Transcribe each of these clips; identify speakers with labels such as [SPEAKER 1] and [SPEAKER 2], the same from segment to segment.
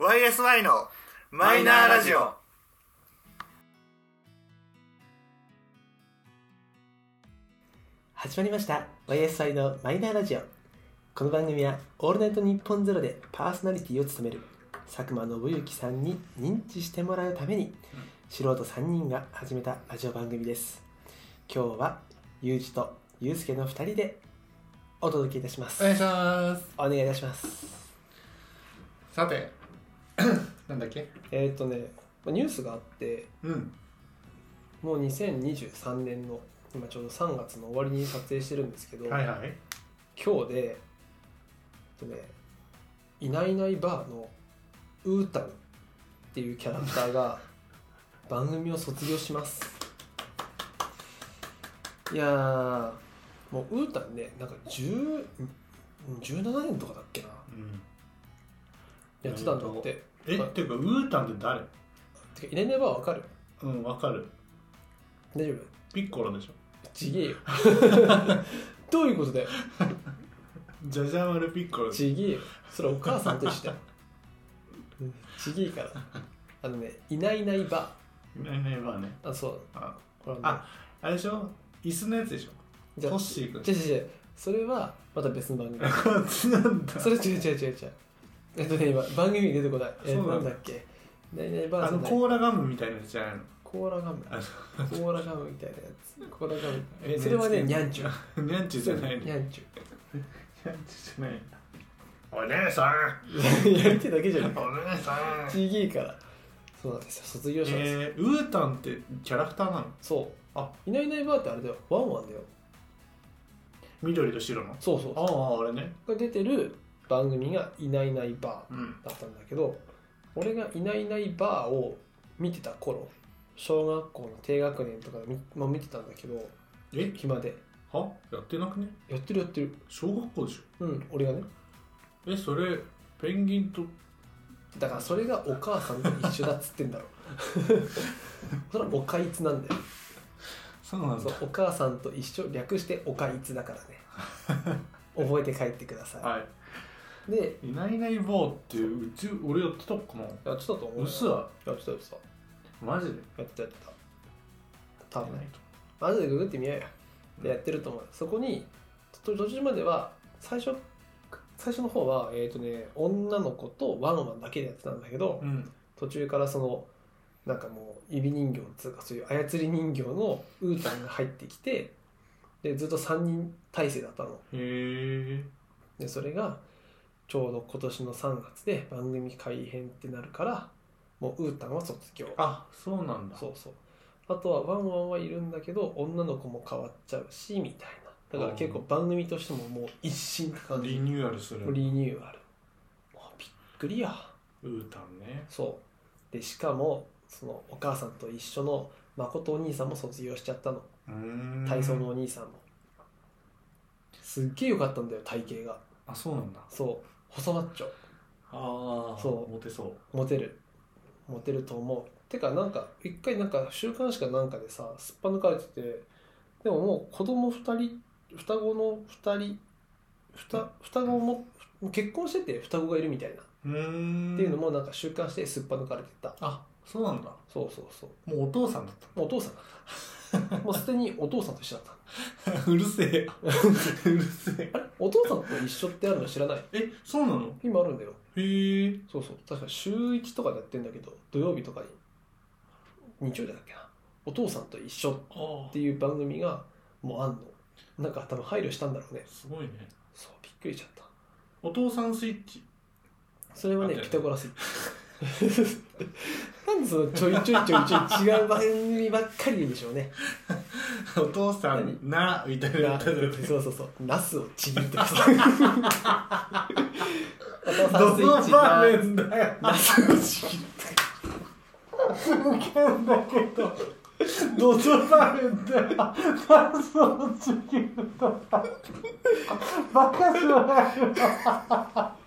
[SPEAKER 1] YSY のマイナーラジオ。
[SPEAKER 2] 始まりました YSI のマイナーラジオこの番組は「オールナイトニッポンゼロでパーソナリティを務める佐久間信之さんに認知してもらうために素人3人が始めたラジオ番組です今日はゆうじとゆうすけの2人でお届けいたします
[SPEAKER 3] お願いします
[SPEAKER 2] お願いいたします
[SPEAKER 3] さて なんだっけ
[SPEAKER 2] えーっ、とねまあニュースがあって
[SPEAKER 3] うん
[SPEAKER 2] もう2023年の今ちょうど3月の終わりに撮影してるんですけど、
[SPEAKER 3] はいはい
[SPEAKER 2] 今日で、えっとね、いないいないばーのうーたんっていうキャラクターが番組を卒業しますいやーもううーたんねなんか10 17年とかだっけな
[SPEAKER 3] うん
[SPEAKER 2] やってたんだって
[SPEAKER 3] え
[SPEAKER 2] はい
[SPEAKER 3] っていうかウータンって誰
[SPEAKER 2] てかいないいないばーわかる
[SPEAKER 3] うんわかる
[SPEAKER 2] 大丈夫
[SPEAKER 3] ピッコロでしょ
[SPEAKER 2] ちげえよどういうことだよ
[SPEAKER 3] ジャジャマルピッコロ
[SPEAKER 2] ちげえよそれお母さんと一緒だようんちげえからあのねいないいないばー
[SPEAKER 3] いないいないばあね
[SPEAKER 2] あ、そう。
[SPEAKER 3] あ
[SPEAKER 2] これはね
[SPEAKER 3] ああれでしょ椅子のやつでしょ
[SPEAKER 2] じゃ
[SPEAKER 3] ト
[SPEAKER 2] あ、
[SPEAKER 3] ッシーくん
[SPEAKER 2] 違う違う違うそれはまた別の番組。
[SPEAKER 3] こっちなんだ
[SPEAKER 2] それ違う違う違う違う。えっとね、今、番組に出てこない。え
[SPEAKER 3] そう
[SPEAKER 2] な
[SPEAKER 3] なんんだ
[SPEAKER 2] だっけ。ナイナイバー
[SPEAKER 3] あ
[SPEAKER 2] じゃ
[SPEAKER 3] の
[SPEAKER 2] ない
[SPEAKER 3] コーラガムみたいなやつじゃないの
[SPEAKER 2] コーラガム。
[SPEAKER 3] あ
[SPEAKER 2] コーラガムみたいなやつ。コーラガム。
[SPEAKER 3] え
[SPEAKER 2] それはね、
[SPEAKER 3] NHK
[SPEAKER 2] ニャンチュ。
[SPEAKER 3] のニャンチュじゃないの
[SPEAKER 2] ニ
[SPEAKER 3] ニャン
[SPEAKER 2] ャンチ
[SPEAKER 3] チュじゃないのお姉さん
[SPEAKER 2] ュ。 やってだけじゃない。
[SPEAKER 3] お姉さん
[SPEAKER 2] ちげえから。そうなんですよ。卒業したんですよ。
[SPEAKER 3] えー、ウータンってキャラクターなの
[SPEAKER 2] そう。
[SPEAKER 3] あ
[SPEAKER 2] いないいないばーってあれだよ。ワンワンだよ。
[SPEAKER 3] 緑と白の
[SPEAKER 2] そうそう。
[SPEAKER 3] あああれね
[SPEAKER 2] が出てる番組がいないいないばー。
[SPEAKER 3] うん
[SPEAKER 2] だったんだけど俺が「いないいないばー」を見てた頃小学校の低学年とかでみ、まあ、見てたんだけど
[SPEAKER 3] え
[SPEAKER 2] 暇で
[SPEAKER 3] はやってなくね
[SPEAKER 2] やってるやってる
[SPEAKER 3] 小学校でし
[SPEAKER 2] うん俺がね
[SPEAKER 3] ょえそれペンギンと
[SPEAKER 2] だからそれがお母さんと一緒だっつってんだろ それはおかいつなんだよ
[SPEAKER 3] そうな
[SPEAKER 2] そうお母さんと一緒略しておかいつだからね 覚えて帰ってくださ
[SPEAKER 3] はい
[SPEAKER 2] で
[SPEAKER 3] いいないいないばーってうち俺やってたかな
[SPEAKER 2] やってたと思うよ
[SPEAKER 3] うっすら
[SPEAKER 2] やってたやってた
[SPEAKER 3] マジで
[SPEAKER 2] やってたやってた多分
[SPEAKER 3] い
[SPEAKER 2] ねマジでググってみようよでやってると思うそこにと途中までは最初最初の方は、えーとね、女の子とワンワンだけでやってたんだけど
[SPEAKER 3] うん
[SPEAKER 2] 途中からそのなんかもう指人形つうかそういう操り人形のウータンが入ってきてでずっと3人体制だったの
[SPEAKER 3] へえ
[SPEAKER 2] でそれがちょうど今年の3月で番組改編ってなるからもうウータンは卒業
[SPEAKER 3] あそうなんだ
[SPEAKER 2] そうそうあとはワンワンはいるんだけど女の子も変わっちゃうしみたいなだから結構番組としてももう一新って感
[SPEAKER 3] リ
[SPEAKER 2] じ
[SPEAKER 3] ニューアルする
[SPEAKER 2] リニューアルもうびっくりや
[SPEAKER 3] ウータンね
[SPEAKER 2] そうでしかもそのお母さんと一緒の誠お兄さんも卒業しちゃったの
[SPEAKER 3] うーん
[SPEAKER 2] 体操のお兄さんもすっげえよかったんだよ体型が
[SPEAKER 3] あそうなんだ
[SPEAKER 2] そう細マッチョ
[SPEAKER 3] ああ
[SPEAKER 2] そう
[SPEAKER 3] モテそう
[SPEAKER 2] モテるモテると思うてかなんか一回なんか週刊誌かなんかでさすっぱ抜かれててでももう子供二人双子の二人双双子も結婚してて双子がいるみたいな、
[SPEAKER 3] うーん
[SPEAKER 2] っていうのもなんか週刊誌ですっぱ抜かれてた
[SPEAKER 3] あそうなんだ
[SPEAKER 2] そうそうそう
[SPEAKER 3] もうお父さんだっ
[SPEAKER 2] もうお父さんだ ったもうすでにお父さんと一緒だった
[SPEAKER 3] た うるせえうるせえ
[SPEAKER 2] あれお父さんと一緒ってあるの知らない
[SPEAKER 3] えそうなの
[SPEAKER 2] 今あるんだよ
[SPEAKER 3] へえ
[SPEAKER 2] そうそう確か週1とかでやってんだけど土曜日とかに日曜日だっけなお父さんと一緒
[SPEAKER 3] ああ
[SPEAKER 2] っていう番組がもうあんのなんか多分配慮したんだろうね
[SPEAKER 3] すごいね
[SPEAKER 2] そうびっくりしちゃった
[SPEAKER 3] お父さんスイッチ
[SPEAKER 2] それはね
[SPEAKER 3] あったよね
[SPEAKER 2] ピタゴラスイ ッチなんでそのちょいちょいちょいちょい違う番組ばっかり言うんでしょうね
[SPEAKER 3] お父さんなみたいな
[SPEAKER 2] な
[SPEAKER 3] ど
[SPEAKER 2] そうそうそうナスをちぎってくだ さい お父さんスイッチ
[SPEAKER 3] バー
[SPEAKER 2] だ
[SPEAKER 3] メンだよ
[SPEAKER 2] ナスをちぎって
[SPEAKER 3] なんだけどドドバーメンだよバスをちぎるとバカしないよ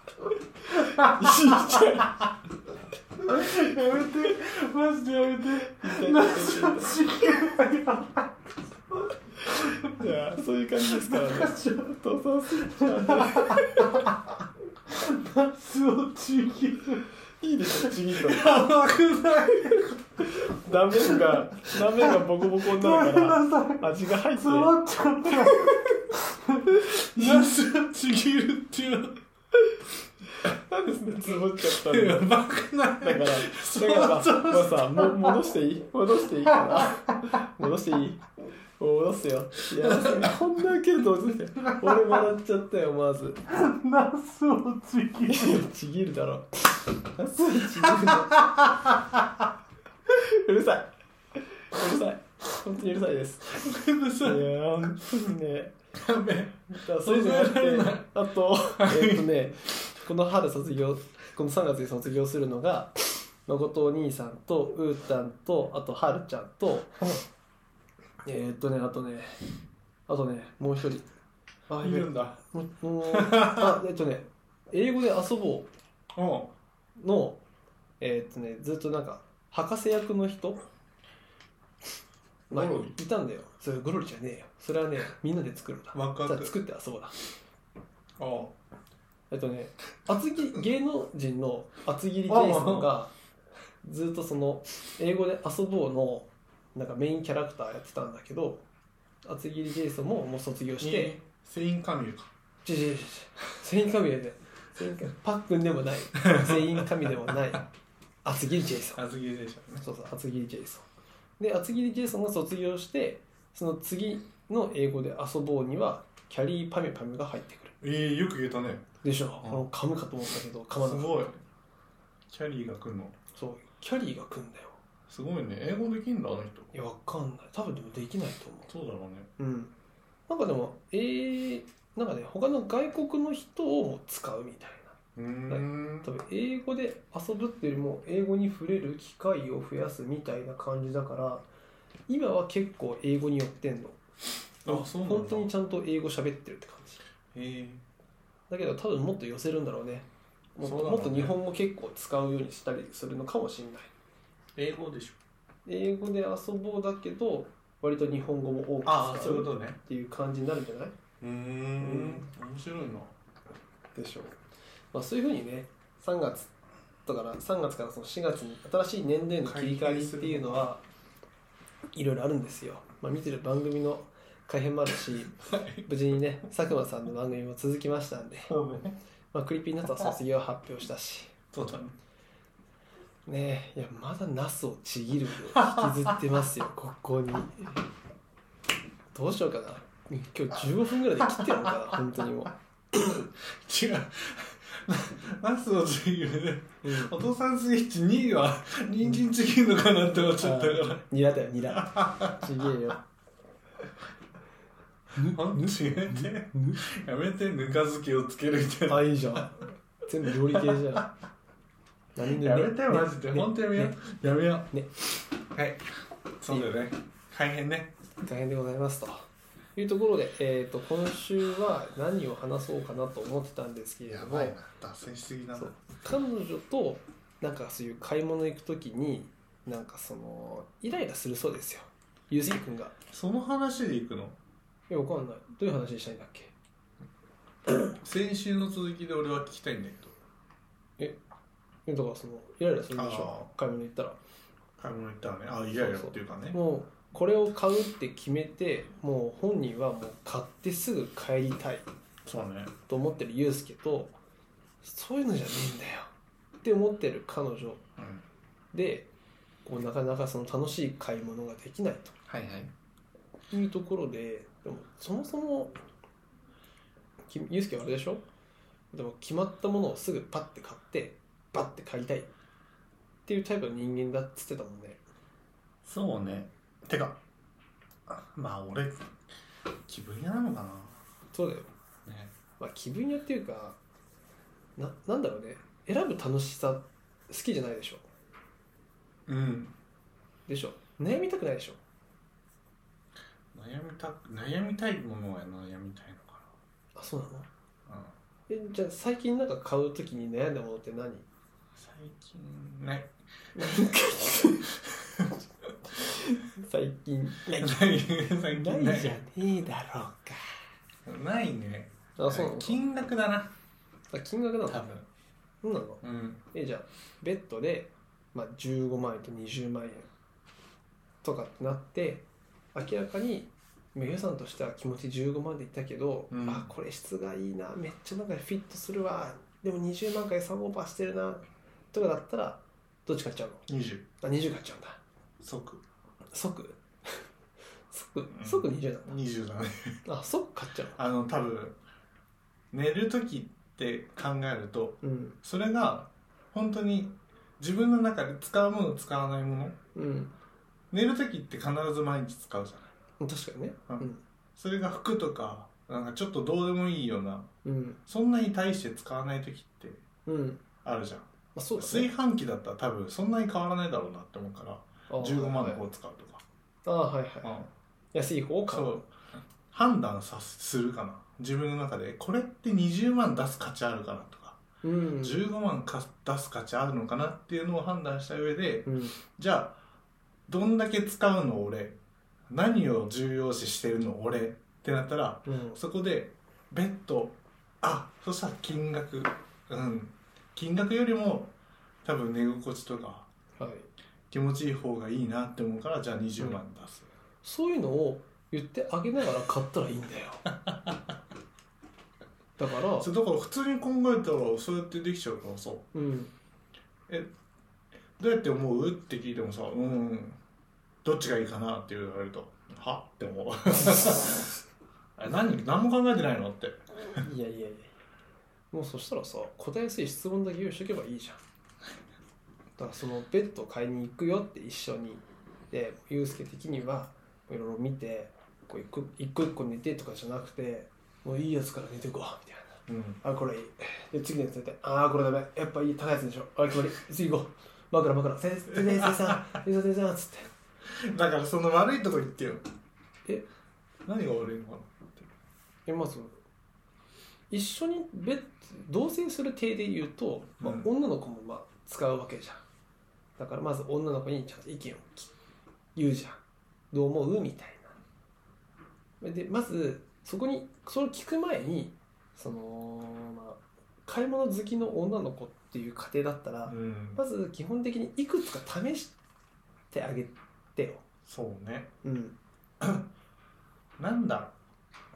[SPEAKER 3] やめてマジでやめてナスをちぎるわよ
[SPEAKER 2] いやそういう感じですからねお父さんスイッチはね
[SPEAKER 3] ナスをちぎる
[SPEAKER 2] いいでしょちぎった
[SPEAKER 3] 甘くない
[SPEAKER 2] 断面が断面がボコボコに
[SPEAKER 3] ご
[SPEAKER 2] な
[SPEAKER 3] め
[SPEAKER 2] る
[SPEAKER 3] ん
[SPEAKER 2] から
[SPEAKER 3] なさい
[SPEAKER 2] 味が入って
[SPEAKER 3] 詰まっちゃった
[SPEAKER 2] なすちぎるっていうなんですねつぶっちゃったんだ よ
[SPEAKER 3] 甘くない
[SPEAKER 2] だからだからもうさも戻していい戻していいかな戻していい戻すよいやこんなウケると思ってたよ俺笑っちゃったよ思わず
[SPEAKER 3] ナスをちぎる
[SPEAKER 2] いやちぎるだろナスをちぎるのうるさいうるさい本当にうるさいです
[SPEAKER 3] ごめんない
[SPEAKER 2] や
[SPEAKER 3] さい
[SPEAKER 2] ー本当にね
[SPEAKER 3] ダメ
[SPEAKER 2] だからそういうのがあってあとえっとねこの春卒業この3月に卒業するのが誠お兄さんとうーたんとあとはるちゃんとえっとねあとねあとねもう一人あ
[SPEAKER 3] い
[SPEAKER 2] やべえ
[SPEAKER 3] るんだ
[SPEAKER 2] もうもうあえっとね英語で遊ぼ
[SPEAKER 3] うん
[SPEAKER 2] うのえっとねずっとなんか博士役の人まあ
[SPEAKER 3] ゴロ
[SPEAKER 2] いたんだよそれゴロリじゃねえよそれはねみんなで作るんだ
[SPEAKER 3] ワク
[SPEAKER 2] じ
[SPEAKER 3] ワ
[SPEAKER 2] ゃあ
[SPEAKER 3] ク
[SPEAKER 2] 作って遊ぼうだ
[SPEAKER 3] ああ
[SPEAKER 2] えっとね厚切り芸能人の厚切りジェイソンがずっとその英語で「遊ぼう」のなんかメインキャラクターやってたんだけど厚切りジェイソンももう卒業して、
[SPEAKER 3] えーセインカミューか
[SPEAKER 2] ちょちょちょちょセインカミュエでセインカパックンでもない全員神でもない厚切りジェイソン
[SPEAKER 3] あずきでしょ
[SPEAKER 2] そうそう厚切りジェイソンで厚切りジェイソンが卒業してその次の英語で「遊ぼう」にはキャリーパミュパミュが入ってくる
[SPEAKER 3] えー、よく言えたね
[SPEAKER 2] でしょ、
[SPEAKER 3] うん
[SPEAKER 2] この噛むかと思ったけど噛
[SPEAKER 3] す
[SPEAKER 2] まなかった
[SPEAKER 3] ごいキャリーが来るの
[SPEAKER 2] そうキャリーが来んだよ
[SPEAKER 3] すごいね英語できんだあの人
[SPEAKER 2] いやわかんない多分でもできないと思
[SPEAKER 3] そうだろうね
[SPEAKER 2] ううんなんかでもえー、なんかね他の外国の人をも使うみたいう
[SPEAKER 3] ーん
[SPEAKER 2] な多分英語で遊ぶっていうよりも英語に触れる機会を増やすみたいな感じだから今は結構英語に寄ってんの
[SPEAKER 3] あそうなんだ
[SPEAKER 2] 本当にちゃんと英語喋ってるって感じ
[SPEAKER 3] え
[SPEAKER 2] だけど多分もっと寄せるんだろうねもっと
[SPEAKER 3] そうだ
[SPEAKER 2] も
[SPEAKER 3] ろう
[SPEAKER 2] っ
[SPEAKER 3] ね
[SPEAKER 2] と日本語結構使うようにしたりするのかもしれない
[SPEAKER 3] 英語でしょ
[SPEAKER 2] 英語で遊ぼうだけど割と日本語も多く使う
[SPEAKER 3] とね
[SPEAKER 2] っていう感じになるんじゃないう
[SPEAKER 3] ーん面白いな
[SPEAKER 2] でしょう、まあ、そういうふうにね3月だから3月からその4月に新しい年齢の切り替えっていうのはいろいろあるんですよ、まあ、見てる番組の改変もあるし、無事にね佐久間さんの番組も続きましたんで、
[SPEAKER 3] そうね
[SPEAKER 2] まあ、クリピーナッツは卒業発表したし
[SPEAKER 3] そうだね
[SPEAKER 2] ねえいやまだナスをちぎるよ引きずってますよ ここにどうしようかな今日15分ぐらいで切ってやろうかな本当にも
[SPEAKER 3] 違うなナスをちぎるで
[SPEAKER 2] う、うん
[SPEAKER 3] お父さんスイッチ2位は人参ちぎるのかなって思っちゃったから
[SPEAKER 2] ニラだよニラちげえよ
[SPEAKER 3] ほんと違うね
[SPEAKER 2] ぬ
[SPEAKER 3] やめてぬか漬けをつけるみたいな
[SPEAKER 2] あいいじゃん全部料理系じゃん何
[SPEAKER 3] やめてよマジで本当やめよ
[SPEAKER 2] ね
[SPEAKER 3] うやめよ
[SPEAKER 2] ね
[SPEAKER 3] うはいそうだよね大変ね
[SPEAKER 2] 大変でございますというところで、えー、と今週は何を話そうかなと思ってたんですけれども
[SPEAKER 3] 脱線しすぎだ
[SPEAKER 2] そう彼女となんかそういう買い物行く時になんかそのイライラするそうですよゆずきくんが
[SPEAKER 3] その話でいくの
[SPEAKER 2] いやわかんないどういう話したいんだっけ
[SPEAKER 3] 先週の続きで俺は聞きたいんだけど
[SPEAKER 2] えだからそのイライラするでしょ
[SPEAKER 3] あ
[SPEAKER 2] 買い物行ったら
[SPEAKER 3] 買い物行ったらねあイライラっていうかね
[SPEAKER 2] もうこれを買うって決めてもう本人はもう買ってすぐ帰りたい
[SPEAKER 3] そうね
[SPEAKER 2] と思ってるユうスケとそういうのじゃねえんだよって思ってる彼女
[SPEAKER 3] うん
[SPEAKER 2] でこうなかなかその楽しい買い物ができない
[SPEAKER 3] はいはい
[SPEAKER 2] というところででもそもそもきユうスケはあれでしょでも決まったものをすぐパッて買ってバッて買いたいっていうタイプの人間だっつってたもんね
[SPEAKER 3] そうねてかあまあ俺気分屋なのか
[SPEAKER 2] そうだよ
[SPEAKER 3] なね
[SPEAKER 2] まあ、気分屋っていうかななんだろうね選ぶ楽しさ好きじゃないでしょ
[SPEAKER 3] うん
[SPEAKER 2] でしょ悩みたくないでしょ
[SPEAKER 3] 悩みたく悩みたいものは悩みたいのか
[SPEAKER 2] あそうなの
[SPEAKER 3] な、う
[SPEAKER 2] え
[SPEAKER 3] ん、
[SPEAKER 2] じゃあ最近なんか買う時に悩んだものって 何
[SPEAKER 3] 最近ない
[SPEAKER 2] 最近
[SPEAKER 3] ない 最近
[SPEAKER 2] ないじゃねえだろう
[SPEAKER 3] ないね
[SPEAKER 2] かあそうなの
[SPEAKER 3] 金額だな
[SPEAKER 2] あ金額なの
[SPEAKER 3] 多分
[SPEAKER 2] うそうなの
[SPEAKER 3] うん
[SPEAKER 2] えじゃあベッドで、まあ、15万円と20万円とかってなって明らかに予算としては気持ち15万でいったけど、
[SPEAKER 3] うん
[SPEAKER 2] あこれ質がいいなめっちゃなんかフィットするわでも20万回3オーバーしてるなとかだったらどっち買っちゃう
[SPEAKER 3] 20
[SPEAKER 2] のあ20買っちゃうんだ
[SPEAKER 3] 即
[SPEAKER 2] 即 即
[SPEAKER 3] ん
[SPEAKER 2] 即20なんだ、
[SPEAKER 3] 20だね
[SPEAKER 2] あ即買っちゃう
[SPEAKER 3] あの多分寝る時って考えると
[SPEAKER 2] うん
[SPEAKER 3] それが本当に自分の中で使うもの使わないもの
[SPEAKER 2] うん
[SPEAKER 3] 寝る時って必ず毎日使うじゃない
[SPEAKER 2] 確かにねうん
[SPEAKER 3] それが服とかなんかちょっとどうでもいいような
[SPEAKER 2] うん
[SPEAKER 3] そんなに大して使わない時って
[SPEAKER 2] うん、ま
[SPEAKER 3] あるじゃん、
[SPEAKER 2] あ、そうだ
[SPEAKER 3] 炊
[SPEAKER 2] ね
[SPEAKER 3] 飯器だったら多分そんなに変わらないだろうなって思うから
[SPEAKER 2] あー
[SPEAKER 3] 15万
[SPEAKER 2] は
[SPEAKER 3] の
[SPEAKER 2] い
[SPEAKER 3] 方使うとか、
[SPEAKER 2] あーはいはい
[SPEAKER 3] うん
[SPEAKER 2] 安い方を買
[SPEAKER 3] そうう判断さするかな自分の中でこれって20万出す価値あるかなとか、
[SPEAKER 2] う、ん
[SPEAKER 3] 15万か出す価値あるのかなっていうのを判断した上で
[SPEAKER 2] うん、
[SPEAKER 3] じゃあどんだけ使うの俺何を重要視してるの俺ってなったら
[SPEAKER 2] うん、
[SPEAKER 3] そこでベッドあそしたら金額うん金額よりも多分寝心地とか
[SPEAKER 2] はい
[SPEAKER 3] 気持ちいい方がいいなって思うからじゃあ20万出す、
[SPEAKER 2] そういうのを言ってあげながら買ったらいいんだよ だから
[SPEAKER 3] それだから普通に考えたらそうやってできちゃうからさ
[SPEAKER 2] うん
[SPEAKER 3] どうやって思うって聞いてもさうんどっちがいいかなって言われるとはって思う あ何何も考えてないのって
[SPEAKER 2] いやいやいやもうそしたらさ答えやすい質問だけ用意しとけばいいじゃんだからそのベッド買いに行くよって一緒にでユうスケ的にはいろいろ見てこう一個一個一個寝てとかじゃなくてもういいやつから寝てこうみたいな
[SPEAKER 3] うん
[SPEAKER 2] あこれいいで次のやつ出てああこれダメやっぱいい高いやつでしょあ決まり次行こう枕枕先生先生さん先生先生さんつって
[SPEAKER 3] だからその悪いとこ言ってよ
[SPEAKER 2] え
[SPEAKER 3] 何が悪いのかな
[SPEAKER 2] えまず一緒にベッ同棲する体で言うと、まあ
[SPEAKER 3] うん
[SPEAKER 2] 女の子もまあ使うわけじゃんだからまず女の子にちゃんと意見を聞言うじゃんどう思うみたいなでまずそこにそれを聞く前にその、まあ、買い物好きの女の子っていう家庭だったら、
[SPEAKER 3] うん
[SPEAKER 2] まず基本的にいくつか試してあげてよ。
[SPEAKER 3] そうね
[SPEAKER 2] うん。
[SPEAKER 3] なんだ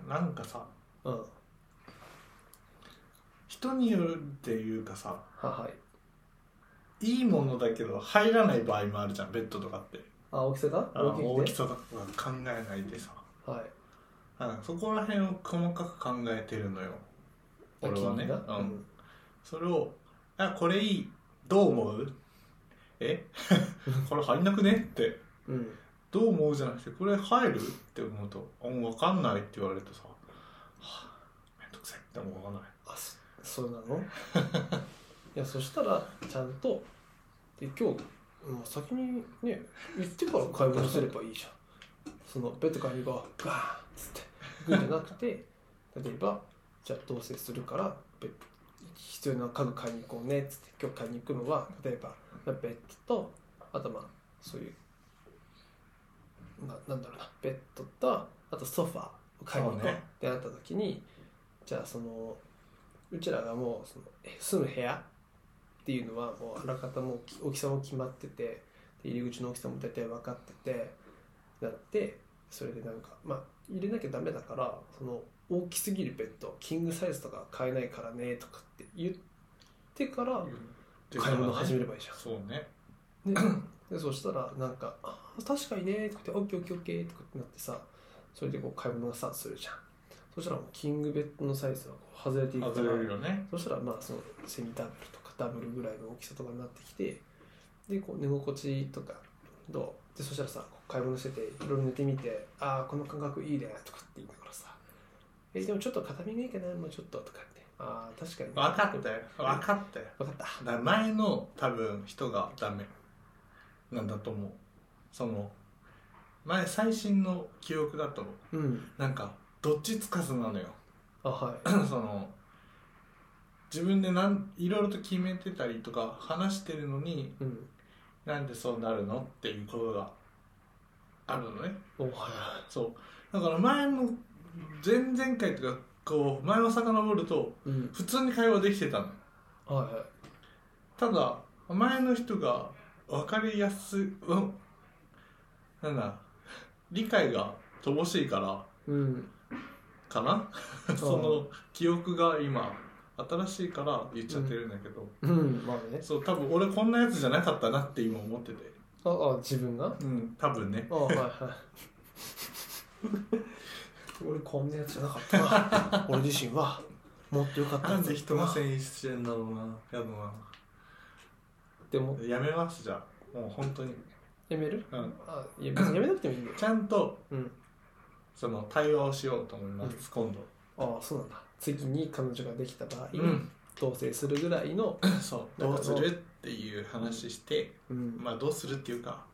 [SPEAKER 3] なんかさ
[SPEAKER 2] うん。は
[SPEAKER 3] 人によるっていうかさ
[SPEAKER 2] はい。
[SPEAKER 3] いいものだけど入らない場合もあるじゃんベッドとかって
[SPEAKER 2] あ、大きさが
[SPEAKER 3] あの大
[SPEAKER 2] 大
[SPEAKER 3] き
[SPEAKER 2] きく
[SPEAKER 3] さとか考えないでさ
[SPEAKER 2] て。はい。
[SPEAKER 3] あそこら辺を細かく考えてるのよ俺はね、
[SPEAKER 2] 大きいんだ
[SPEAKER 3] うんそれを「あこれいいどう思うえ これ入んなくね?」って
[SPEAKER 2] うん。うん。
[SPEAKER 3] 「どう思う?」じゃなくて「これ入る?」って思うと「あ分かんない」って言われるとさ「はあめんどくさい」って思わない
[SPEAKER 2] あ、そそうなの いや、そしたら、ちゃんと、で今日、もう先にね、行ってから買い物すればいいじゃん。その、ベッド買いに行こう。ガーンっつって。行くんじゃなくて、例えば、じゃあ同棲するから、ベッ必要な家具買いに行こうねっつって、今日買いに行くのは、例えば、ベッドと、あとまあ、そういう、ななんだろうな、ベッドと、あとソファーを買いに行こう
[SPEAKER 3] そう
[SPEAKER 2] っ
[SPEAKER 3] ね
[SPEAKER 2] てなった時に、じゃあその、うちらがもうそのえ住む部屋っていうのはもうあらかたもうき大きさも決まっててで入り口の大きさも大体分かっててなってそれでなんかまあ入れなきゃダメだからその大きすぎるベッドキングサイズとか買えないからねとかって言ってから買い物始めればいいじゃん。
[SPEAKER 3] そうね
[SPEAKER 2] ね、でそしたらなんか「あ確かにね」とかって「オッケーオッケーオッケー」とかってなってさそれでこう買い物がさするじゃんそしたらもうキングベッドのサイズはこう外れていくか
[SPEAKER 3] 外
[SPEAKER 2] ら
[SPEAKER 3] れるよね
[SPEAKER 2] そしたらまあそのセミダブルとかダブルぐらいの大きさとかになってきてでこう寝心地とかどうでそしたらさこう買い物してていろいろ寝てみて「ああこの感覚いいね」とかって言いながらさ「えでもちょっと片身がいいかなもうちょっと」とかって「ああ確かにね」
[SPEAKER 3] 分かったよ分かったよ
[SPEAKER 2] 分かった
[SPEAKER 3] だから前の多分人がダメなんだと思うその前最新の記憶だと
[SPEAKER 2] うん
[SPEAKER 3] なんかどっちつかずなのよ
[SPEAKER 2] あはい
[SPEAKER 3] その自分でなんいろいろと決めてたりとか話してるのに
[SPEAKER 2] うん
[SPEAKER 3] なんでそうなるのっていうことがあるのね
[SPEAKER 2] おは
[SPEAKER 3] そうだから前の前々回とかこう前を遡ると
[SPEAKER 2] いうん
[SPEAKER 3] 普通に会話できてたの
[SPEAKER 2] はいはい
[SPEAKER 3] ただ前の人が分かりやすい、うん、なんだ理解が乏しいから
[SPEAKER 2] うん
[SPEAKER 3] かなその記憶が今新しいから言っちゃってるんだけど、
[SPEAKER 2] うんまあね
[SPEAKER 3] そう多分俺こんなやつじゃなかったなって今思ってて
[SPEAKER 2] ああ自分が
[SPEAKER 3] うん多分ね
[SPEAKER 2] あはい はい俺こんなやつじゃなかったな 俺自身はもっとよかった
[SPEAKER 3] なん
[SPEAKER 2] だ
[SPEAKER 3] で人のせいにしてんだろうなやだ
[SPEAKER 2] でも
[SPEAKER 3] なやめますじゃあもう本当に、
[SPEAKER 2] やめる
[SPEAKER 3] うん、
[SPEAKER 2] あいや別にやめなくてもいいんだよ
[SPEAKER 3] ちゃんと
[SPEAKER 2] うん
[SPEAKER 3] その対話をしようと思います、今度
[SPEAKER 2] ああそうなんだ次に彼女ができた場合、
[SPEAKER 3] うん
[SPEAKER 2] 同棲するぐらいの、
[SPEAKER 3] そう
[SPEAKER 2] だか
[SPEAKER 3] ど
[SPEAKER 2] ら
[SPEAKER 3] うするっていう話して、
[SPEAKER 2] うん
[SPEAKER 3] まあどうするっていうか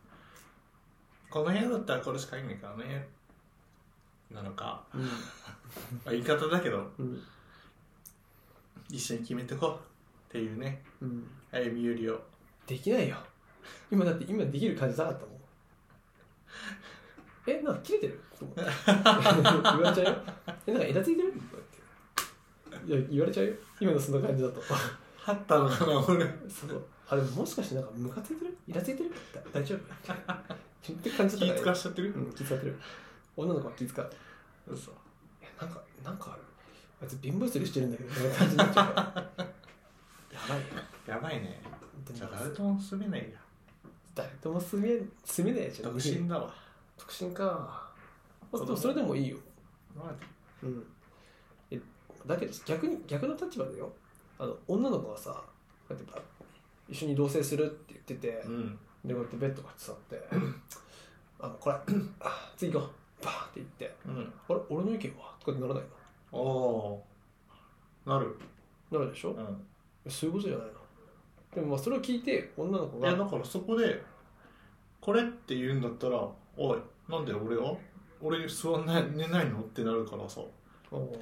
[SPEAKER 3] この部屋だったらこれしかいないからねなのか、
[SPEAKER 2] うん
[SPEAKER 3] まあ、言い方だけど
[SPEAKER 2] うん
[SPEAKER 3] 一緒に決めてこうっていうね
[SPEAKER 2] うん、
[SPEAKER 3] 歩み寄りを
[SPEAKER 2] できないよ今だって今できる感じなかったもんえなんか切れてると思って 言われちゃうよえなんか枝ついてるとかっていや言われちゃうよ今のその感じだと
[SPEAKER 3] はったのかな俺
[SPEAKER 2] そうあれもしかしてなんかムカついてるイラついてるだ大丈夫って感じだ
[SPEAKER 3] 気
[SPEAKER 2] った
[SPEAKER 3] 使わしちゃってる
[SPEAKER 2] うん、気遣ってる女の子は気遣って
[SPEAKER 3] 嘘
[SPEAKER 2] えなんかなんかあるあいつ貧乏するしてるんだけどみたいな感じになっちゃうからやばいよ
[SPEAKER 3] やばいね
[SPEAKER 2] で
[SPEAKER 3] じゃ
[SPEAKER 2] も
[SPEAKER 3] あ誰とも住めないや
[SPEAKER 2] 誰とも住め住めないじゃん
[SPEAKER 3] 独身だわ
[SPEAKER 2] 独身か
[SPEAKER 3] 子供
[SPEAKER 2] でもそれでもいいよ、
[SPEAKER 3] マジ
[SPEAKER 2] うん、えだけど逆に逆の立場だよあの女の子がさこうやってば一緒に同棲するって言ってて、
[SPEAKER 3] うん
[SPEAKER 2] でこうやってベッドが座って「あのこれ あ次行こう」バーンって言って
[SPEAKER 3] うん
[SPEAKER 2] 「あれ俺の意見は?」とかってならない
[SPEAKER 3] おおーなる
[SPEAKER 2] のなるでしょ、
[SPEAKER 3] うん
[SPEAKER 2] えそういうことじゃないのでもまあそれを聞いて女の子
[SPEAKER 3] いや
[SPEAKER 2] が
[SPEAKER 3] だからそこでこれって言うんだったらおいなんで俺が俺座んない寝ないのってなるからさ
[SPEAKER 2] 「お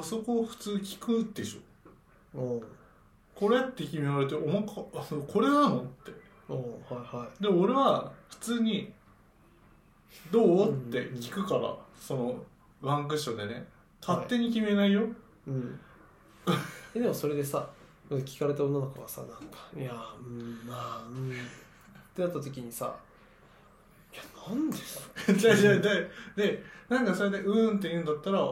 [SPEAKER 2] う
[SPEAKER 3] そこを普通聞くでしょ
[SPEAKER 2] おう
[SPEAKER 3] これって決められてお前かあこれなのって
[SPEAKER 2] おうはいはい
[SPEAKER 3] で俺は普通に「どう?」
[SPEAKER 2] う
[SPEAKER 3] っ
[SPEAKER 2] ん
[SPEAKER 3] て聞くからそのワンクッションでね勝手に決 めないよ、」
[SPEAKER 2] うんえでもそれでさ聞かれた女の子がさなんか「いやーうんまあうん」ってなった時にさ「いやなんでさ
[SPEAKER 3] じゃあじゃあででなんかそれで「うーん」って言うんだったら「あ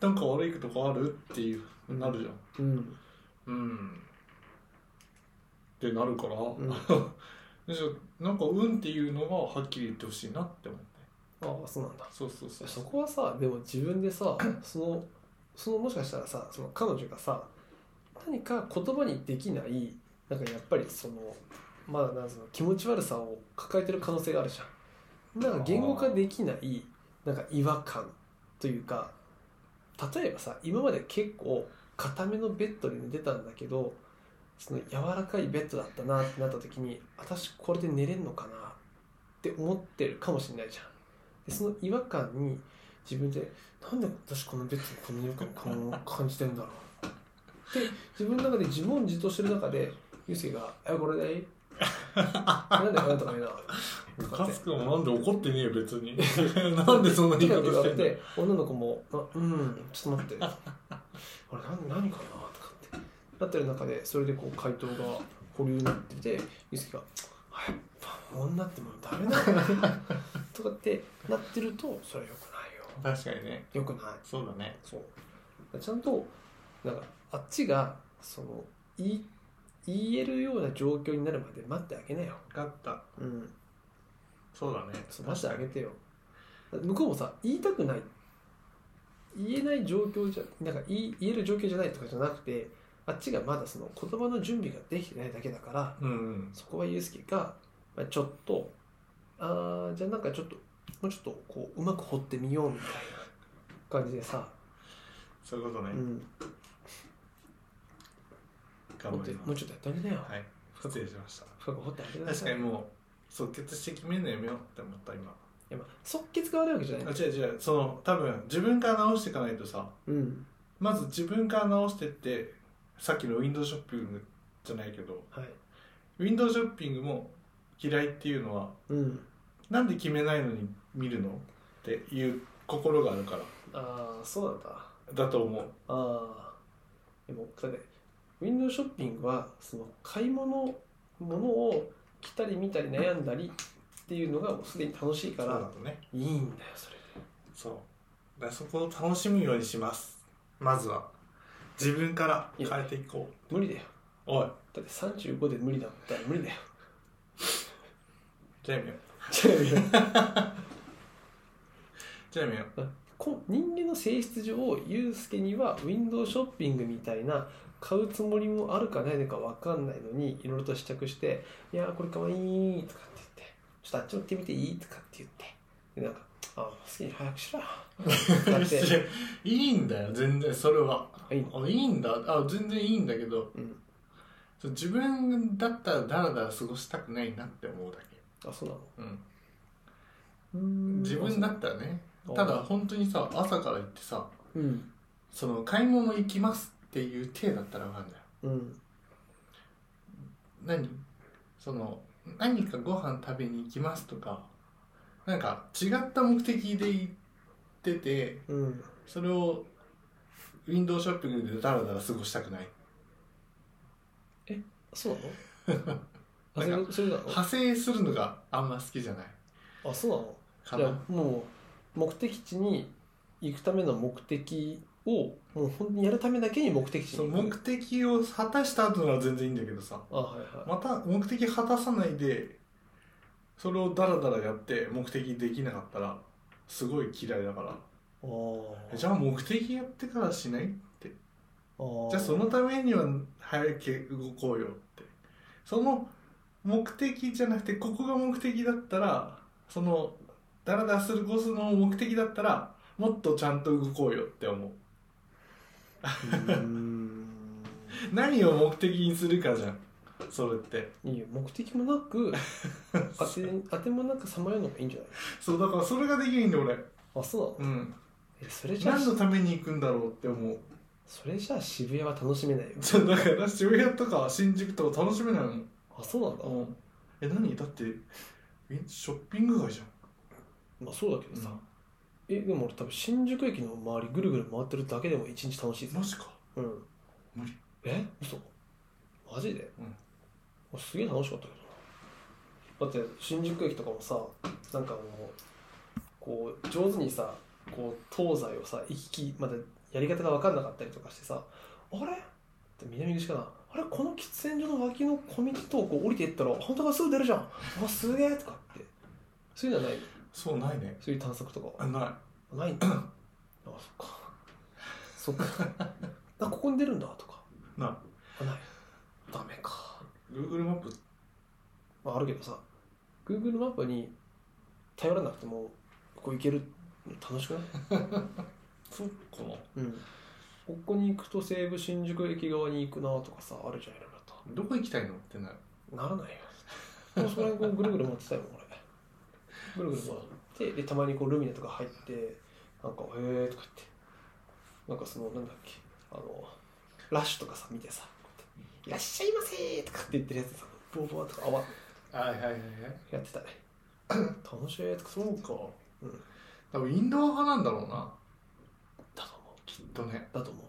[SPEAKER 3] なんか悪いことかある?」っていうなるじゃん
[SPEAKER 2] うん
[SPEAKER 3] うんってなるから、
[SPEAKER 2] ん
[SPEAKER 3] でしょなんか「うん」っていうのがはっきり言ってほしいなって思って
[SPEAKER 2] ああそうなんだ
[SPEAKER 3] そうそうそう
[SPEAKER 2] そこはさでも自分でさそのそのもしかしたらさその彼女がさ何か言葉にできないなんかやっぱりそのまだなんその気持ち悪さを抱えてる可能性があるじゃんなんか言語化できないなんか違和感というか例えばさ今まで結構固めのベッドで寝てたんだけどその柔らかいベッドだったなってなった時に私これで寝れんのかなって思ってるかもしれないじゃんでその違和感に自分でなんで私このベッドにこの違和感を感じてんだろうって自分の中で自問自答してる中でユうスケが「えこれでいい? 」なんでなんとか言うなとか
[SPEAKER 3] カ
[SPEAKER 2] って
[SPEAKER 3] ス君もなんで怒ってねえよ別に なんでそんな言い
[SPEAKER 2] とか
[SPEAKER 3] 方
[SPEAKER 2] って言われ
[SPEAKER 3] してんの
[SPEAKER 2] て女の子も「あうんちょっと待ってこれ何何かな?」とかってなってる中でそれでこう回答が保留になっててゆすきが「あやっぱ女ってもうダメなん だな」とかってなってるとそれはよくないよ
[SPEAKER 3] 確かにね
[SPEAKER 2] よくない
[SPEAKER 3] そうだね
[SPEAKER 2] そうだからちゃんとなんかあっちがその言い言えるような状況になるまで待ってあげなよ
[SPEAKER 3] 分かった
[SPEAKER 2] うん
[SPEAKER 3] そうだね
[SPEAKER 2] そう待ってあげてよ向こうもさ言いたくない言えない状況じゃなんか言い言える状況じゃないとかじゃなくてあっちがまだその言葉の準備ができてないだけだから
[SPEAKER 3] うんうん
[SPEAKER 2] そこはユースケがまあちょっとあーじゃあなんかちょっともうちょっとこううまく掘ってみようみたいな感じでさ、
[SPEAKER 3] そういうこと
[SPEAKER 2] う
[SPEAKER 3] ね、
[SPEAKER 2] ん、も
[SPEAKER 3] 頑
[SPEAKER 2] っ
[SPEAKER 3] 張
[SPEAKER 2] と
[SPEAKER 3] り
[SPEAKER 2] も
[SPEAKER 3] ま
[SPEAKER 2] う
[SPEAKER 3] す
[SPEAKER 2] ちょっとやってあげなよ、
[SPEAKER 3] はい
[SPEAKER 2] 深
[SPEAKER 3] 失
[SPEAKER 2] く
[SPEAKER 3] 礼しました
[SPEAKER 2] 深く掘ってあげな
[SPEAKER 3] 確
[SPEAKER 2] さ
[SPEAKER 3] か
[SPEAKER 2] い
[SPEAKER 3] にもう即決して決めるのやめようって思った今
[SPEAKER 2] いやまあ即決が悪いわけじゃないん
[SPEAKER 3] あ
[SPEAKER 2] だ
[SPEAKER 3] 違う違うその多分自分から直していかないとさ
[SPEAKER 2] うん
[SPEAKER 3] まず自分から直してってさっきのウィンドウショッピングじゃないけど
[SPEAKER 2] はい
[SPEAKER 3] ウィンドウショッピングも嫌いっていうのは
[SPEAKER 2] うん
[SPEAKER 3] なんで決めないのに見るのっていう心があるから
[SPEAKER 2] ああそうなんだ
[SPEAKER 3] だと思う
[SPEAKER 2] ああでもだってウィンドウショッピングはその買い物物を着たり見たり悩んだりっていうのがもうすでに楽しいか
[SPEAKER 3] そうだ
[SPEAKER 2] ら
[SPEAKER 3] とね
[SPEAKER 2] いいんだよそれ
[SPEAKER 3] そうだからそこを楽しむようにしますまずは自分から変えていこう
[SPEAKER 2] 無理だよ
[SPEAKER 3] おい
[SPEAKER 2] だって35で無理だったら無理だよ
[SPEAKER 3] じゃあやめよう
[SPEAKER 2] 違うよ
[SPEAKER 3] じゃあやめよう
[SPEAKER 2] こ人間の性質上ユうスケにはウィンドウショッピングみたいな買うつもりもあるかないのか分かんないのにいろいろと試着して「いやーこれかわいい」とかって言って「ちょっとあっち乗ってみていい?」とかって言ってでなんか「あ好きに早くしろ」だって
[SPEAKER 3] いやいいんだよ全然それは
[SPEAKER 2] 「いいの
[SPEAKER 3] あいいんだあ全然いいんだけど、
[SPEAKER 2] うん
[SPEAKER 3] そう自分だったらダラダラ過ごしたくないなって思うだ
[SPEAKER 2] あそうなの
[SPEAKER 3] け、うん、」
[SPEAKER 2] うん
[SPEAKER 3] 自分だったらねただ、本当にさ朝から行ってさ
[SPEAKER 2] うん
[SPEAKER 3] その買い物行きますっていう体だったらわかんない
[SPEAKER 2] うん、
[SPEAKER 3] 何その何かご飯食べに行きますとかなんか違った目的で行ってて
[SPEAKER 2] うん、
[SPEAKER 3] それをウィンドウショッピングでダラダラ過ごしたくない
[SPEAKER 2] そうなの あそれそれなの
[SPEAKER 3] 派生するのがあんま好きじゃない
[SPEAKER 2] あそうなの
[SPEAKER 3] か
[SPEAKER 2] いや
[SPEAKER 3] な
[SPEAKER 2] もう目的地に行くための目的をもう本当にやるためだけに目的地
[SPEAKER 3] そ
[SPEAKER 2] に
[SPEAKER 3] う
[SPEAKER 2] 行
[SPEAKER 3] 目
[SPEAKER 2] く
[SPEAKER 3] 的を果たした後なら全然いいんだけどさ
[SPEAKER 2] あはいはい
[SPEAKER 3] また目的果たさないでそれをダラダラやって目的できなかったらすごい嫌いだから
[SPEAKER 2] あー
[SPEAKER 3] じゃあ目的やってからしない
[SPEAKER 2] あー
[SPEAKER 3] じゃあそのためには早く動こうよってその目的じゃなくてここが目的だったらそのダラダラするコースの目的だったらもっとちゃんと動こうよって思う
[SPEAKER 2] うーん
[SPEAKER 3] 何を目的にするかじゃんそれって
[SPEAKER 2] いいよ目的もな く当て当てもなくさまようのがいいんじゃない
[SPEAKER 3] そうだからそれができないんだ俺
[SPEAKER 2] あそうなの、
[SPEAKER 3] うん
[SPEAKER 2] えそれじゃあ
[SPEAKER 3] 何のために行くんだろうって思う
[SPEAKER 2] それじゃあ渋谷は楽しめないよ
[SPEAKER 3] そうだから渋谷とか新宿とか楽しめないもん、
[SPEAKER 2] あそうなんだ、
[SPEAKER 3] うん、え何だってえショッピング街じ
[SPEAKER 2] まあそうだけど
[SPEAKER 3] ゃ
[SPEAKER 2] さ、
[SPEAKER 3] ん、
[SPEAKER 2] えでも俺多分新宿駅の周りぐるぐる回ってるだけでも一日楽しいぜ
[SPEAKER 3] マジか
[SPEAKER 2] うん
[SPEAKER 3] 無理
[SPEAKER 2] え嘘マジで、
[SPEAKER 3] うん
[SPEAKER 2] 俺すげえ楽しかったけどなだって新宿駅とかもさなんかもうこう上手にさこう東西をさ行き来まだやり方が分かんなかったりとかしてさあれって南口かなあれこの喫煙所の脇の小道とこう降りていったら本当がすぐ出るじゃんあすげえとかってそういうのはない
[SPEAKER 3] そうないね
[SPEAKER 2] そういう探索とかは
[SPEAKER 3] あな
[SPEAKER 2] ないんだ あそっかそっ かあここに出るんだとか
[SPEAKER 3] いな
[SPEAKER 2] あないダメか、
[SPEAKER 3] い Google マップ
[SPEAKER 2] まあ、あるけどさ Google マップに頼らなくてもここ行けるの楽しくない
[SPEAKER 3] そっかな
[SPEAKER 2] うんここに行くと西武新宿駅側に行くなとかさあるじゃんいろいろ
[SPEAKER 3] どこ行きたいのってなる
[SPEAKER 2] とならないよもうそこら辺こうぐるぐる回ってたよ俺ぐるぐる回ってでたまにこうルミネとか入ってなんか「へえ」とか言ってなんかそのなんだっけあのラッシュとかさ見てさこうやっていらっしゃいませーとかって言ってるやつさボーボーとか泡
[SPEAKER 3] はいはいはいはい
[SPEAKER 2] やってたね楽しいとかそう
[SPEAKER 3] そう
[SPEAKER 2] う
[SPEAKER 3] か
[SPEAKER 2] ん
[SPEAKER 3] 多分インドア派なんだろうな
[SPEAKER 2] だと思う
[SPEAKER 3] きっとね
[SPEAKER 2] だと思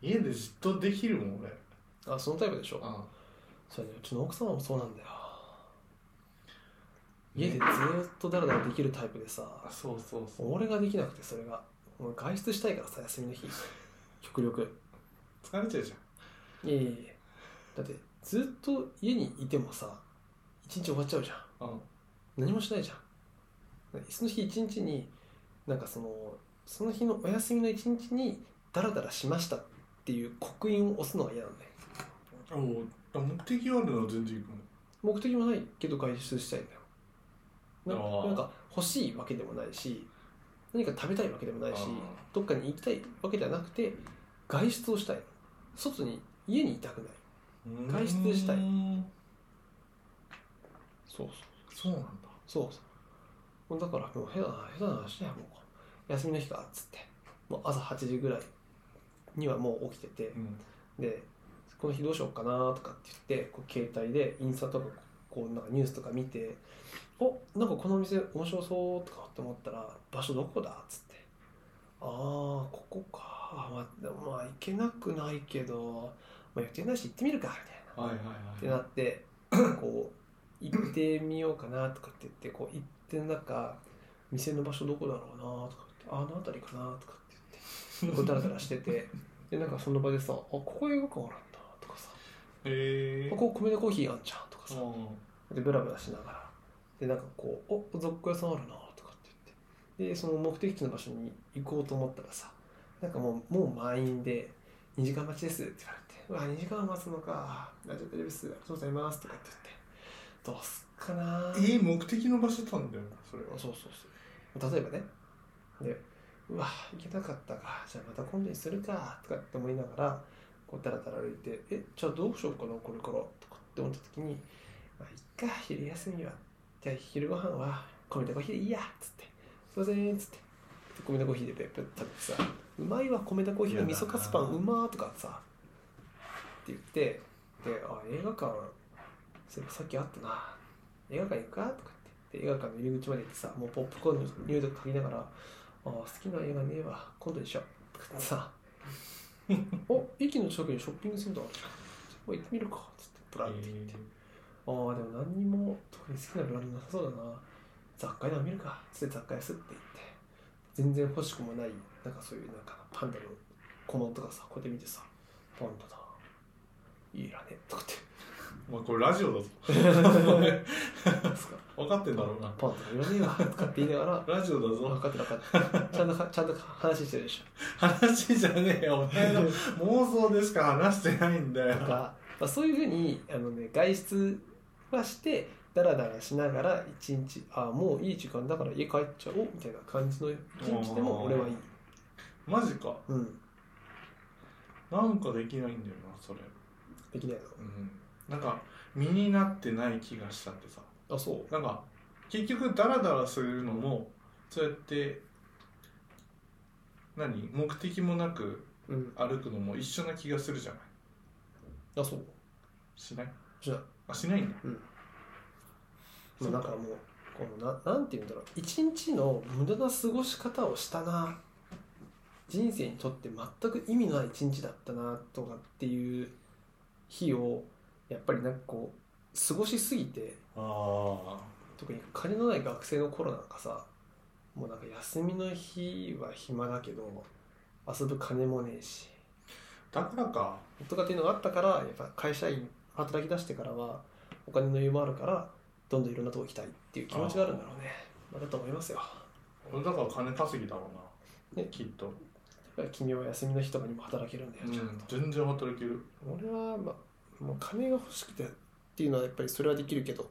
[SPEAKER 3] 家でじっとできるもん俺
[SPEAKER 2] うあそのタイプでしょ
[SPEAKER 3] あ
[SPEAKER 2] そうねうちの奥様もそうなんだよ家でずーっとだらだらできるタイプでさ
[SPEAKER 3] あそうそうそう
[SPEAKER 2] 俺ができなくてそれが俺外出したいからさ休みの日極力
[SPEAKER 3] 疲れちゃうじ
[SPEAKER 2] いやいやいやだってずっと家にいてもさ一日終わっちゃうじゃん
[SPEAKER 3] ゃんうん
[SPEAKER 2] 何もしないじゃんその日一日になんかそのその日のお休みの一日にダラダラしましたっていう刻印を押すのは嫌なんだよ
[SPEAKER 3] おうあ目的あるなら全然行くもん
[SPEAKER 2] 目的もないけど外出したいんだよなん
[SPEAKER 3] あ
[SPEAKER 2] か
[SPEAKER 3] ー
[SPEAKER 2] なんか欲しいわけでもないし何か食べたいわけでもないし
[SPEAKER 3] あー
[SPEAKER 2] どっかに行きたいわけじゃなくて外出をしたい外に家にいたくない外出したいそうそう
[SPEAKER 3] そうなんだ
[SPEAKER 2] そうそうだからもう下手な下手な話だよもう休みの日かっつってもう朝8時ぐらいにはもう起きてて
[SPEAKER 3] うん
[SPEAKER 2] でこの日どうしようかなとかって言ってこう携帯でインスタとかこうなんかニュースとか見ておなんかこのお店面白そうとかって思ったら場所どこだっつってああここかあー、まあ、まあ、行けなくないけど、まあ、予定ないし行ってみるかみたいな。
[SPEAKER 3] はいはい
[SPEAKER 2] ってなって こう行ってみようかなとかって言ってこう行ってなんか店の場所どこだろうなとかってあの辺りかなとかって言ってこうダラダラしててでなんかその場でさ「あここ映画館あるんだ」とかさ「
[SPEAKER 3] へえ
[SPEAKER 2] ここ米のコーヒーあんじゃん」とかさでブラブラしながらでなんかこう「お雑貨屋さんあるな」とかって言ってでその目的地の場所に行こうと思ったらさなんかもうもう満員で「2時間待ちです」って言われて「うわ2時間待つのか大丈夫ですありがとうございます」とかって言って「どうすっかな」
[SPEAKER 3] え目的の場所なんだよそれは
[SPEAKER 2] そうそうそう例えばねでうわ行けなかったかじゃあまた今度にするかとかって思いながらこうだらだら歩いてえじゃあどうしようかなこれからとかって思った時にまあいっか昼休みはじゃあ昼ご飯は米田コーヒーでいいやっつってすいませんっつって米田コーヒーでペッペッ食べてさうまいわ米田コーヒーの味噌カツパンうまーとかさって言ってであ映画館そういえばさっきあったな映画館行くかとかって言って映画館の入り口まで行ってさもうポップコーンの入力書きながらあー好きな映画ねえわ今度にしようとかってさ お駅の近くにショッピングセンターあるじゃんお行ってみるかっつってブランって行って、ああでも何にも特に好きなブランドなさそうだな雑貨屋でも見るかっつって雑貨屋すって言って全然欲しくもないなんかそういうなんかパンダの小物とかさこうやって見てさパンダだいいらねとか って
[SPEAKER 3] まあこれラジ オだぞ
[SPEAKER 2] なんすか
[SPEAKER 3] 分かってんだろうな
[SPEAKER 2] パンとかいらねえわとかって言いながら
[SPEAKER 3] ラジオだ
[SPEAKER 2] 分
[SPEAKER 3] ぞ
[SPEAKER 2] かってなかったちゃんとかちゃんと話してるでし
[SPEAKER 3] 話じゃねえよお前 の
[SPEAKER 2] ょ
[SPEAKER 3] 妄想でしか話してないんだよ
[SPEAKER 2] とか、まあ、そういうふうにあの、ね、外出はしてダラダラしながら一日ああもういい時間だから家帰っちゃおうみたいな感じの一日でも俺はいい、
[SPEAKER 3] マジか
[SPEAKER 2] うん、
[SPEAKER 3] なんかできないんだよなそれ
[SPEAKER 2] できない
[SPEAKER 3] うんなんか身になってない気がしちゃってさ
[SPEAKER 2] のあそう
[SPEAKER 3] なんか結局ダラダラするのもそうやって何目的もなく
[SPEAKER 2] うん
[SPEAKER 3] 歩くのも一緒な気がするじゃない
[SPEAKER 2] あそう
[SPEAKER 3] しない
[SPEAKER 2] じゃあ
[SPEAKER 3] あしないんだ
[SPEAKER 2] まあなんかもうこのななんて言うんだろう一日の無駄な過ごし方をしたな人生にとって全く意味のない一日だったなとかっていう日をやっぱりなんかこう過ごしすぎて
[SPEAKER 3] あ
[SPEAKER 2] 特に金のない学生の頃なんかさもうなんか休みの日は暇だけど遊ぶ金もねえし
[SPEAKER 3] だからか
[SPEAKER 2] とかっていうのがあったからやっぱ会社員働き出してからはお金の余裕もあるからどんどんいろんなとこ行きたいっていう気持ちがあるんだろうねまあだと思いますよや
[SPEAKER 3] 俺だから金稼ぎだろうな、
[SPEAKER 2] ね
[SPEAKER 3] きっと、
[SPEAKER 2] っぱり君は休みの日とかにも働けるんだよ、
[SPEAKER 3] う
[SPEAKER 2] ちゃん
[SPEAKER 3] ん
[SPEAKER 2] と
[SPEAKER 3] 全然働ける
[SPEAKER 2] 俺は、まあ、もう金が欲しくてっていうのはやっぱりそれはできるけど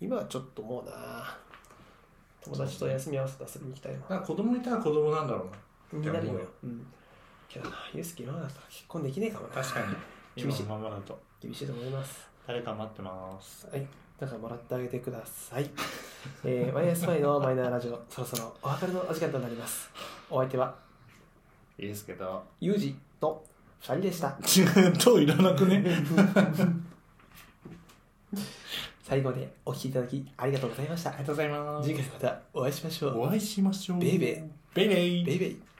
[SPEAKER 2] 今はちょっともうな友達と休み合わせて遊びに行きたいもん
[SPEAKER 3] なんか子供いたら子供なんだろうな
[SPEAKER 2] 気になるよ、うん、けどなユースケ今だったら結婚できねえかもな
[SPEAKER 3] 確かに
[SPEAKER 2] 厳しい
[SPEAKER 3] ままだと
[SPEAKER 2] 厳しいと思います
[SPEAKER 3] 誰か待ってます
[SPEAKER 2] はいだからもらってあげてください、 えー、YSY のマイナーラジオそろそろお別れのお時間となりますお相手はい
[SPEAKER 3] いですけ ど
[SPEAKER 2] ユージと2人でした
[SPEAKER 3] といらな くね
[SPEAKER 2] 最後までお聞きいただきありがとうございました
[SPEAKER 3] ありがとうございます
[SPEAKER 2] 次回またお会いしましょう
[SPEAKER 3] お会いしましょう
[SPEAKER 2] ベイベ
[SPEAKER 3] ベイベイ
[SPEAKER 2] イベイベイ